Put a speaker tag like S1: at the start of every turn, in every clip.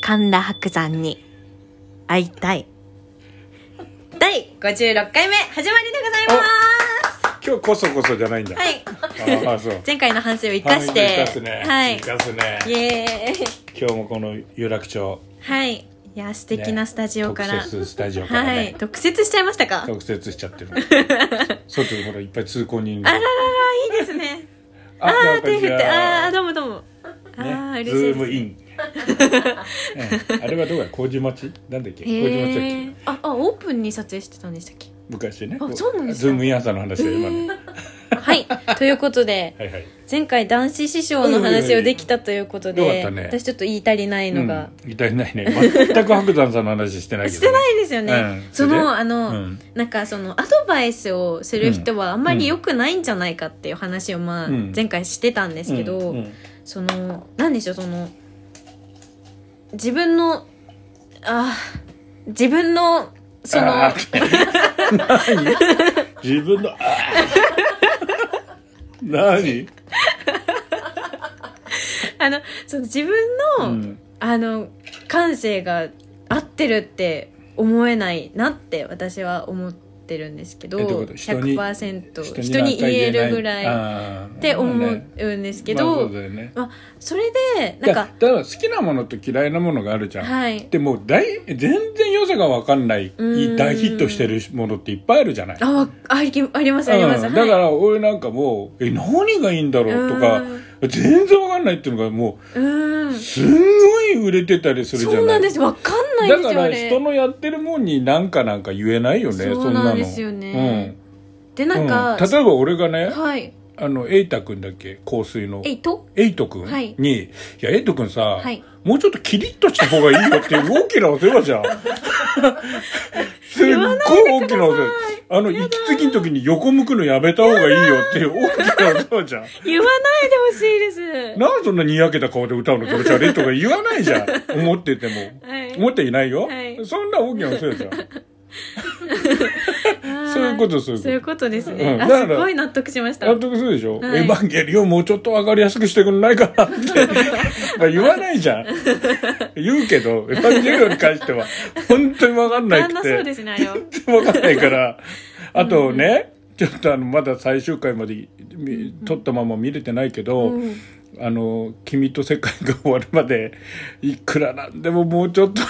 S1: 神田伯山に会いたい。第56回目、始まりでございます
S2: 今日こそこそじゃないんだ。
S1: はい。
S2: ああ、そう。
S1: 前回の反省を 生かして。
S2: 生かすね。
S1: はい。
S2: 生かすね。
S1: イエーイ。
S2: 今日もこの有楽町
S1: はい。いや、素敵なスタジオから。
S2: 特設スタジオから
S1: はい。
S2: ね、
S1: 特設しちゃいましたか
S2: 特設しちゃってる。外ほらいっぱい通行人
S1: あら
S2: が
S1: ら。ら、いいですね。
S2: あ
S1: あ
S2: なん
S1: ー、
S2: か
S1: 手振って、
S2: じゃ
S1: あー、どうもどうも。あー、
S2: ね、
S1: 嬉
S2: ズ
S1: しいです。
S2: ームイン。 うんあれはどこや麹町なんだっ
S1: へ
S2: け麹町だっけ
S1: ーああオープンに撮影してたんでしたっけ
S2: 昔ね
S1: あそうなんですか
S2: ズームイン朝の話だよ今ね
S1: はいということで
S2: はいはい
S1: 前回男子師匠の話をできたということで、
S2: よかったね
S1: 私ちょっと言い足りないのが、
S2: うん、痛いないね全く白山さんの話してないけ
S1: し
S2: ど、ね、
S1: てないですよね、
S2: うん
S1: そ
S2: それで
S1: のあの、
S2: うん
S1: なんかそのアドバイスをする人はあんまり良くないんじゃないかっていう話をまあ
S2: うん
S1: 前回してたんですけど、
S2: うんうん
S1: その何でしょうその自分のあー自分のその
S2: あー何 自分 のあー何
S1: あの、その自分の、
S2: うん
S1: あの、感性が合ってるって思えないなって私は思ってるんですけど、
S2: えどういうこと人に
S1: 100%人に言えるぐらいっ
S2: いって
S1: 思うんですけど、
S2: そうだよね
S1: まあ、それで、な
S2: だ
S1: んか、
S2: だから好きなものと嫌いなものがあるじゃん、
S1: はい。
S2: でも大全然良さが分かんない
S1: ーん
S2: 大ヒットしてるものっていっぱいあるじゃない
S1: あ、わありありますあります。
S2: うんだか
S1: はい
S2: ら俺なんかもう「え何がいいんだろう?」とか
S1: う
S2: 全然分かんないっていうのがも
S1: うーん
S2: う。すんごい売れてたりするじゃない
S1: そうなんです。わかんないんで
S2: だ
S1: す
S2: か
S1: よ、あ
S2: ら
S1: れ
S2: 人のやってるもんになんかなんか言えないよね
S1: そ
S2: そ
S1: うん
S2: なの
S1: なんですよね。で、
S2: う
S1: なんんか、
S2: うん例えば俺がね
S1: はい。
S2: あの瑛太君だっけ香水の
S1: えいと
S2: エイト君に、
S1: はいい、
S2: や、エイト君さ、
S1: い
S2: もうちょっとキリッとした方がいいよっていう大きなお世話じ ゃん。すっごい大きなお世話。あの、息継ぎの時に横向くのやめた方がいいよっていう大きなお世話じゃん。
S1: 言わないでほしい です。
S2: なんでそんなにやけた顔で歌うの気持ち悪いとか言わないじ ゃん。思ってても。
S1: はい
S2: 思っていないよ。
S1: はい
S2: そんな大きなお世話じ ゃん。
S1: はい
S2: そういうことそういうこと
S1: そういうことですね。
S2: うん
S1: あ、
S2: だから
S1: すごい納得しました。
S2: 納得するでしょ、
S1: はい
S2: エヴァンゲリオンもうちょっと分かりやすくしてくんないかなって まあ言わないじゃん言うけどエヴァンゲリオンに関しては本当に分かんな
S1: あ
S2: く
S1: ん
S2: て
S1: なそうですね、あれは。
S2: 分かんないからあとね、ちょっとあのまだ最終回までみ撮ったまま見れてないけど、
S1: うん
S2: あの「君と世界が終わるまでいくらなんでももう ちょっと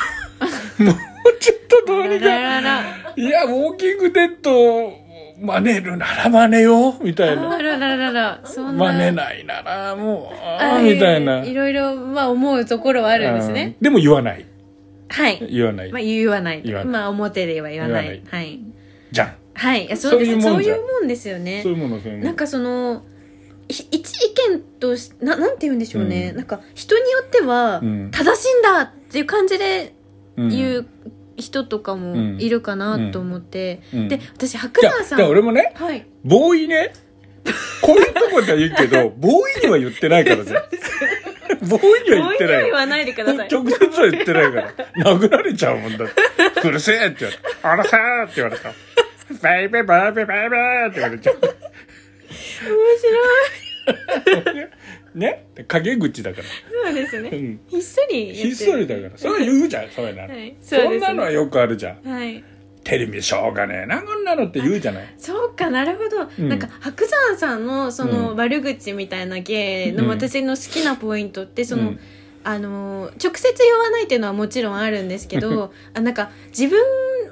S2: もうちょっとどうに
S1: ラ
S2: か
S1: ラララ。
S2: いやウォーキングデッドを真似るなら真似よみたいな。
S1: あらららら。そんな。
S2: 真似ないならもう
S1: あ
S2: あ
S1: あ
S2: ーみたいな
S1: ういろいろ、まあ思うところはあるんですね。
S2: うんでも言わない
S1: はい。
S2: 言わない
S1: まあ言わない。
S2: 言わない
S1: まあ表では言わない。
S2: 言わ
S1: はい。
S2: じゃん
S1: はい。いやそうです。
S2: そ
S1: そう
S2: いうもん
S1: う
S2: じ
S1: い
S2: ゃん
S1: うもんですよね
S2: そう。いうものそういうも
S1: なん
S2: の
S1: かその、ひ一意見とし、な、なんて言うんでしょうね。
S2: うん
S1: なんか人によっては
S2: うん、
S1: 正しいんだっていう感じで
S2: うん
S1: 言う人とかもいるかなと思って、
S2: うんうん
S1: で私白山さん
S2: じゃあ俺もね
S1: はい
S2: ボーイねこういうとこでは言う けどボーイには言ってないからねボーイには言ってない
S1: 言わないでください
S2: 直接は言ってないから殴られちゃうもんだってうるせえって言われた「あらさー」って言われた「バイバイバイバイバイバイ」って言われちゃう
S1: 面白い
S2: ね陰口だから
S1: そうです
S2: う
S1: ね
S2: ん
S1: ひっそり
S2: ひっそり
S1: だ
S2: だからそれは言うじゃんそういうの
S1: はいそうです
S2: そ
S1: ね
S2: んなのはよくあるじゃん
S1: はい
S2: テレビしょうがねえなこんなのって言うじゃない
S1: そうかなるほど、
S2: うん
S1: なんか白山さんのその
S2: うん
S1: 悪口みたいな芸
S2: う
S1: の
S2: ん
S1: 私の好きなポイントってその、
S2: うん
S1: あの直接言わないっていうのはもちろんあるんですけどあなんか自分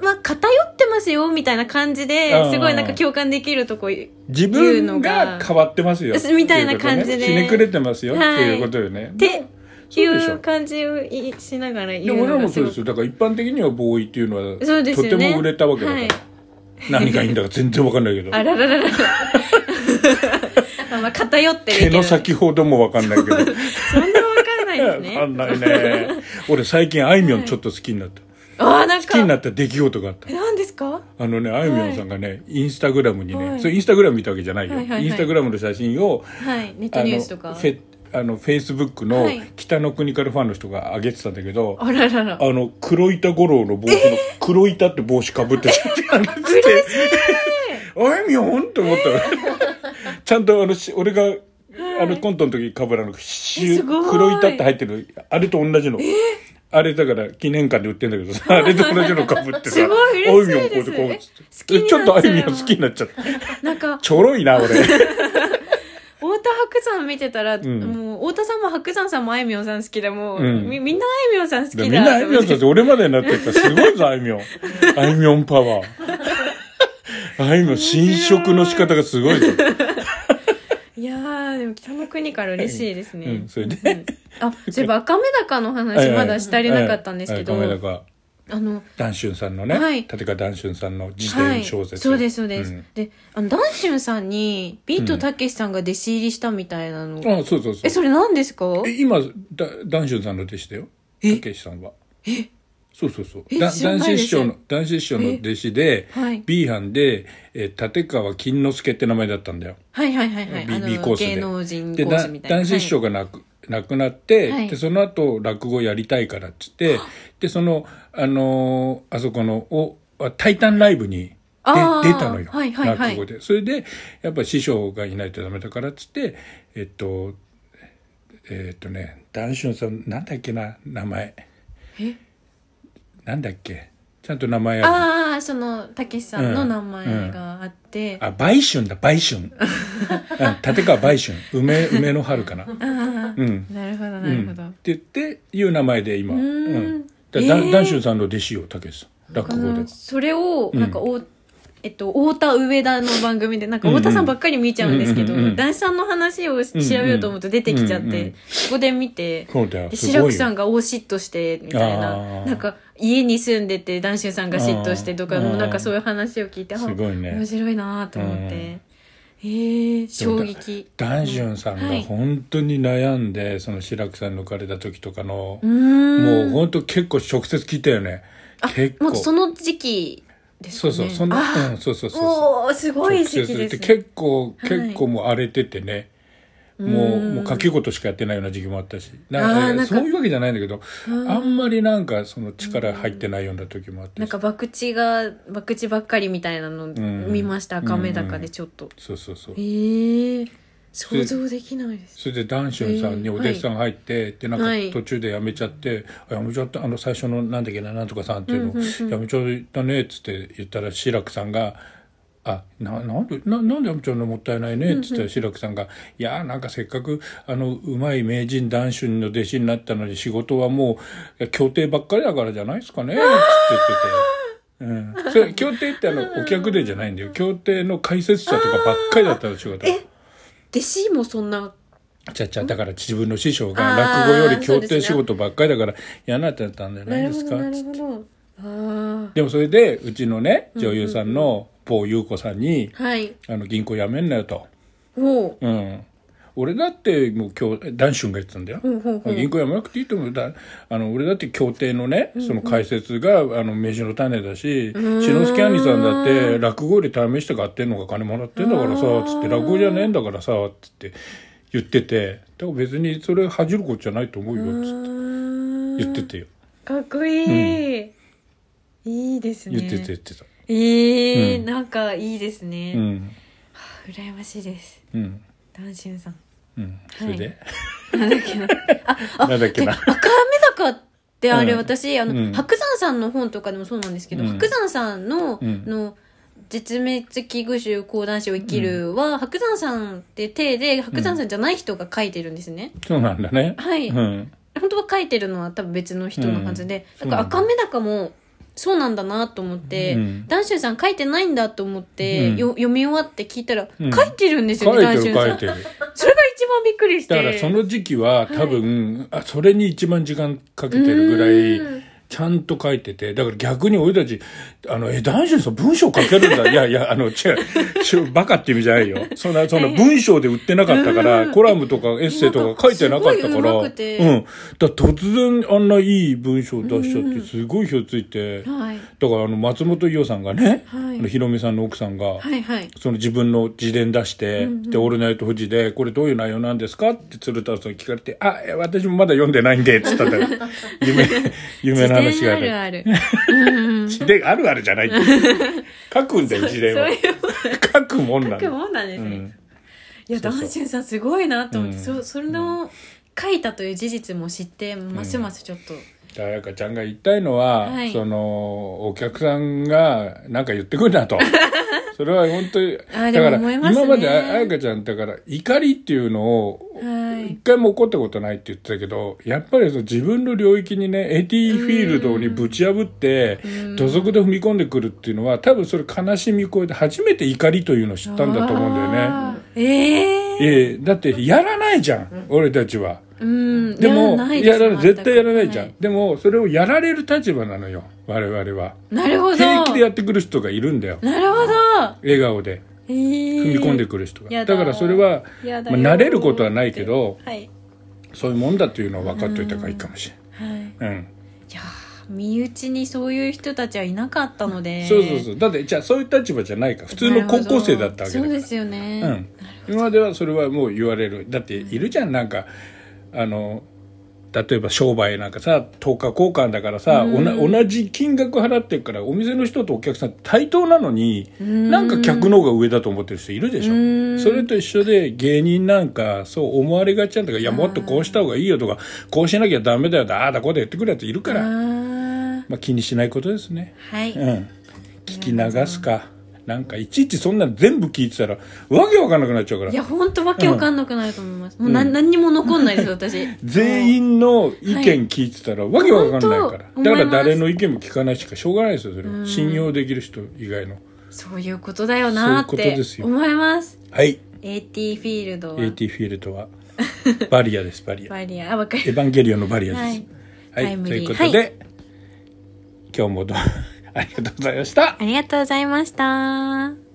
S1: は偏ってますよみたいな感じ
S2: あ
S1: で
S2: ー
S1: すごいなんか共感できるとこい
S2: 自
S1: 言うの
S2: 分
S1: が
S2: が変わってますよ
S1: すみたいな感じで
S2: っていうことねひねくれてますよって
S1: はい
S2: いうことよね
S1: って
S2: そうでし
S1: い
S2: ょ
S1: う感じをいしながら
S2: で
S1: 言
S2: も
S1: う
S2: 俺ら
S1: のが
S2: もそ
S1: す
S2: う
S1: ご
S2: で
S1: く
S2: すよだから一般的にはボーイっていうのは
S1: そうです
S2: と
S1: よね
S2: ても売れたわけだから、
S1: はい
S2: 何がいいんだか全然わかんないけど
S1: あらら らら。まあまあ偏ってるけ
S2: 毛
S1: ど。
S2: の先ほどもわかんないけど
S1: そんなわかんないです
S2: わか
S1: ね。
S2: んないね俺最近あいみょんちょっと好きになった、
S1: ああ、なんか。
S2: 好きになった出来事があった
S1: え、なんですか
S2: あのね、あいみょんさんがね、インスタグラムにね、
S1: はい
S2: それインスタグラム見たわけじゃないよ。
S1: はいはいはい
S2: インスタグラムの写真を、
S1: はい。ネッ
S2: あ
S1: ト
S2: の
S1: ニュースとか。
S2: フェあのフェイスブックの
S1: はい
S2: 北の国からファンの人が上げてたんだけど、
S1: あららら。
S2: あの黒板五郎の帽子の、黒板って帽子かぶって写真上げててあいみょんと思った のちゃんとあのし俺が、あのコントの時カブラのシュ
S1: えすごい
S2: 黒板って入ってるあれと同じの、あれだから記念館で売ってんだ けどさ、あれと同じのかぶってさ、
S1: すごい嬉しい
S2: あいみょんこうやってこうやって
S1: ですえ好き
S2: ちょ
S1: に
S2: っ
S1: な
S2: と
S1: っ
S2: あ
S1: ちゃう
S2: いみょん好きになっちゃった。
S1: なんか
S2: ちょろいな、俺。
S1: 太田白山見てたら、
S2: ん
S1: もう太田さんも白山さんもあいみょんさん好きでもう、
S2: うん
S1: みみんなあいみょんさん好きだ
S2: みんなあいみょ
S1: と思っ
S2: んさんってて俺までになってたすごいぞ、あいみょん。あいみょんパワー。あいみょん、侵食の仕方がす ごいぞ。
S1: いやーでも北の国から嬉しいですね、
S2: うん、それ
S1: う
S2: で。
S1: んあそういえば赤目高の
S2: はい
S1: 話
S2: はい
S1: まだしてありなかったんですけど、
S2: はいはいごめんなさい
S1: あの
S2: ダンシュンさんのね、
S1: はい
S2: 立川ダンシュンさんの自
S1: は
S2: 伝
S1: い、そ
S2: 小
S1: う
S2: 説、
S1: ですそうです、
S2: ん
S1: であのダンシュンさんにビートたけしさんが弟子入りしたみたいなの、
S2: あそうそうそう
S1: えそれ何ですか
S2: え今だダンシュンさんの弟子だよ
S1: え
S2: たけしさんはそうそうそう
S1: え
S2: だ
S1: 知ら
S2: 男
S1: ないで
S2: 子
S1: す
S2: 師匠の男子師匠の弟子で
S1: えはい
S2: B 班で、えー立川金之助って名前だったんだよ
S1: はいはいはいはい
S2: B-
S1: あ
S2: B
S1: の
S2: コースで
S1: 芸能人コ
S2: で
S1: ー
S2: だ
S1: スみたいな
S2: 男子師匠が亡く,、亡くなって、
S1: はい
S2: でその後落語やりたいからっつってでそのあのーあそこのおあタイタンライブにで
S1: あー
S2: 出たのよ、
S1: はいはいはい
S2: 落語でそれでやっぱ師匠がいないとダメだからっつってえっとえっとね男子のさんなんだっけな名前
S1: え
S2: なんだっけちゃんと名前ある
S1: ああそのたけしさんの名前があって、
S2: あ売春だ売春、うん、立川売春梅梅の春か な
S1: ああ
S2: うん
S1: なるほど
S2: う
S1: なんるほど、
S2: って言っていう名前で今
S1: う
S2: う
S1: ーん
S2: んだ
S1: え
S2: だ
S1: ー
S2: ダンシュンさんの弟子よたけしさん
S1: こ
S2: 落語
S1: の
S2: で
S1: それを
S2: うん
S1: なんかお、えっと、太田上田の番組でなんか太田さんばっかり見ちゃうんですけど、
S2: うんうんうんうん
S1: 男子さんの話をし調べようと思うと出てきちゃって、
S2: うんうんうん
S1: そこで見て
S2: そうだよ
S1: です白
S2: ご
S1: く
S2: い
S1: さん
S2: よ
S1: が大嫉妬してみたい
S2: あ
S1: な
S2: ー
S1: なんか家に住んでて男子さんが嫉妬してとか
S2: あー
S1: もうなんかそういう話を聞いてあ
S2: すごいね
S1: 面白いなーと思って、
S2: うん
S1: へえ衝撃
S2: ダンシュンさん
S1: は
S2: が
S1: い
S2: 本当に悩んでその白くさん抜かれた時とかの
S1: うーん
S2: もう本当結構直接聞いたよね
S1: あ
S2: 結
S1: も
S2: 構
S1: うその時期です
S2: そ
S1: ね
S2: うそうその
S1: あー
S2: うんそうそうそうそう
S1: おおーすごい時
S2: 直
S1: 期
S2: 接言っ
S1: で
S2: て
S1: す、
S2: 結構
S1: い
S2: 結構もう荒れててねも
S1: う
S2: う
S1: ん
S2: もう書き事しかやってないような時期もあったし
S1: あー
S2: なん
S1: な
S2: か
S1: んか
S2: そういうわけじゃないんだけど
S1: うん
S2: あんまりなんかその力入ってないような時もあった
S1: なん
S2: し
S1: か博打が博打ばっかりみたいなの
S2: ん
S1: 見ました、赤目高
S2: うんう
S1: で
S2: ん
S1: ちょっと、
S2: そうそうそう
S1: ええ想像できないです
S2: それでダンシュンさんにお弟子さんが入って、でなんか
S1: はい
S2: 途中で辞めちゃって「あ辞めちゃったあの最初のなんだっけななんとかさん」っていうのを
S1: うんうんうん
S2: 辞めちゃったね」っつって言ったら志らくさんが「あななんでななんで辞めちゃうのもったいないね」っつったら志らくさんが「いやーなんかせっかくあのうまい名人ダンシュンの弟子になったのに仕事はもういや競艇ばっかりだからじゃないですかね」っつって言ってて。うん、それ競艇ってあのお客でじゃないんだよ競艇の解説者とかばっかりだったの仕事
S1: え弟子もそんな
S2: ちゃちゃ、だから自分の師匠が
S1: あー
S2: 落語より
S1: そう
S2: 協
S1: ですね
S2: 定仕事ばっかりだから嫌になっちゃったんじゃないですか。
S1: なるほどあ
S2: でもそれで、うちのね、女優さんの某優子さんに、
S1: あはい
S2: あの、銀行辞めんなよと。
S1: おう
S2: うん。俺だってもう今日、ダンシュンが言ってたんだよ。
S1: んうんうん
S2: 銀行辞めなくていいと思う。だあの、俺だって協定のね、その解説が、あの、飯の種だし、志の輔兄さんだって落語より試して買ってんのが金もらってんだから
S1: うー
S2: さ、
S1: ん
S2: つって、落語じゃねえんだからさ、つって言ってて、だから別にそれ恥じることじゃないと思うよ、
S1: う
S2: つって
S1: ーん
S2: 言っててよ。
S1: かっこいい、いいですね
S2: 言ってて言ってた。
S1: ええ
S2: うん
S1: なんかいいですね、
S2: うん。
S1: 羨ましいです
S2: うん。
S1: 男子さん
S2: うん。それで、
S1: なんだっけな
S2: なんだっけな。
S1: 赤目高ってあれ、
S2: うん
S1: 私あの、
S2: うん
S1: 白山さんの本とかでもそうなんですけど、
S2: うん
S1: 白山さんの,、
S2: うん
S1: の絶滅危惧種講談師を生きるは、白山さんって体で白山さんじゃない人が書いてるんですね、
S2: そうなんだね。
S1: はい
S2: うん。
S1: 本当は書いてるのは多分別の人のはずで、
S2: うん
S1: なんか
S2: そう
S1: 赤目高もそうなんだなと思って、
S2: うん
S1: ダンシュンさん書いてないんだと思って、
S2: うん
S1: よ読み終わって聞いたら、
S2: うん
S1: 書いてるんですよ
S2: 書
S1: ねダン
S2: いて
S1: シュ
S2: る
S1: ンさ
S2: 書い
S1: ん
S2: てる。
S1: それが一番びっくりして
S2: だからその時期は多分、あそれに一番時間かけてるぐら
S1: う
S2: いちゃんと書いててだから逆に俺たち「あのえ男子さん文章書けるんだ」いやいやあの違う違うバカって意味じゃないよそんなそんな文章で売ってなかったか
S1: うん
S2: らコラムとかエッセイとか書いてなかったから
S1: なんかすごいう上手く
S2: ん
S1: て
S2: だから突然あんないい文章出しちゃってすごい火をついてだか
S1: はい
S2: らあの松本伊代さんがね、
S1: はい
S2: あのひろみさんの奥さんが。
S1: はいはい
S2: その自分の自伝出して、で、オールナイト富士で、これどういう内容なんですかって鶴太郎さんに聞かれて、あ、え私もまだ読んでないんで、つったん だよ。夢、夢の話があ
S1: 自伝
S2: る。
S1: ある
S2: 自伝あるあるじゃ ないって。書くんだよ、自伝は
S1: そう。いう
S2: 書くもんな
S1: 書く
S2: の。
S1: もんなんですね。
S2: うん
S1: いや、
S2: そうそう
S1: ダンシュンさんすごいなと思って、
S2: うん
S1: そそれの書いたという事実も知って、ますますちょっと
S2: 彩香ちゃんが言いたいのは、
S1: はい
S2: そのお客さんが何か言ってくる なとそれは本当に
S1: あー
S2: だ
S1: でも
S2: から
S1: 思いますね
S2: 今まで彩香ちゃんだから怒りっていうのを
S1: はい
S2: 一回も怒ったことないって言ってたけどやっぱりその自分の領域にねエディフィールドにぶち破って土足で踏み込んでくるっていうのは多分それ悲しみを超えて初めて怒りというのを知ったんだと思うんだよね。
S1: あーええ
S2: ええだってやらないじゃん俺たちは。
S1: うん
S2: でも
S1: ないす
S2: やらない絶対やらないじゃん、
S1: は
S2: でもそれをやられる立場なのよ我々は
S1: なるほど
S2: 平気でやってくる人がいるんだよ
S1: なるほど
S2: 笑顔で
S1: えー
S2: 踏み込んでくる人が、
S1: やだ
S2: だからそれは、
S1: やだ
S2: まあ
S1: よ
S2: 慣れることはないけど
S1: はい
S2: そういうもんだっていうのは分かっといた方がいいかもし
S1: はい
S2: れない、うん
S1: いやー身内にそういう人たちはいなかったので
S2: そうそうそうだってじゃあそういう立場じゃないから普通の高校生だったわ
S1: なるほど
S2: けだ
S1: そう
S2: から
S1: ですよね、
S2: うん、今まではそれはもう言われるだっているじゃんなんかあの例えば商売なんかさ10日交換だからさ、おな同じ金額払ってるからお店の人とお客さん対等なのに、なんか客の方が上だと思ってる人いるでしょ、それと一緒で芸人なんかそう思われがちなんだからいやもっとこうした方がいいよとかこうしなきゃダメだよだああだこうだ言ってくるやついるから、
S1: あ
S2: まあ、気にしないことですね。
S1: ーはい、
S2: うん、聞き流すかなんかいちいちそんなの全部聞いてたらわけわかんなくなっちゃうから
S1: いや本当わけわかんなくなると思います、もうな何にも残んないです私
S2: 全
S1: 員
S2: 員の意見聞いてたらわけわかんな
S1: 本
S2: いから、
S1: 当
S2: だか
S1: 思い
S2: ら
S1: ます
S2: 誰の意見も聞かないしかしょうがないですよそれは信用できる人以外の
S1: そういうことだよなー
S2: そういうことで
S1: っ
S2: す
S1: て
S2: よ
S1: 思います
S2: はい
S1: AT フィールドは
S2: AT フィールドはバリアですバリアエ
S1: バリアあわか
S2: ヴ
S1: り
S2: ァンゲリオンのバリアです
S1: は
S2: はいい、
S1: タイム
S2: と
S1: リー
S2: いうことで、
S1: は
S2: 今日もどう ありがとうございました
S1: ありがとうございました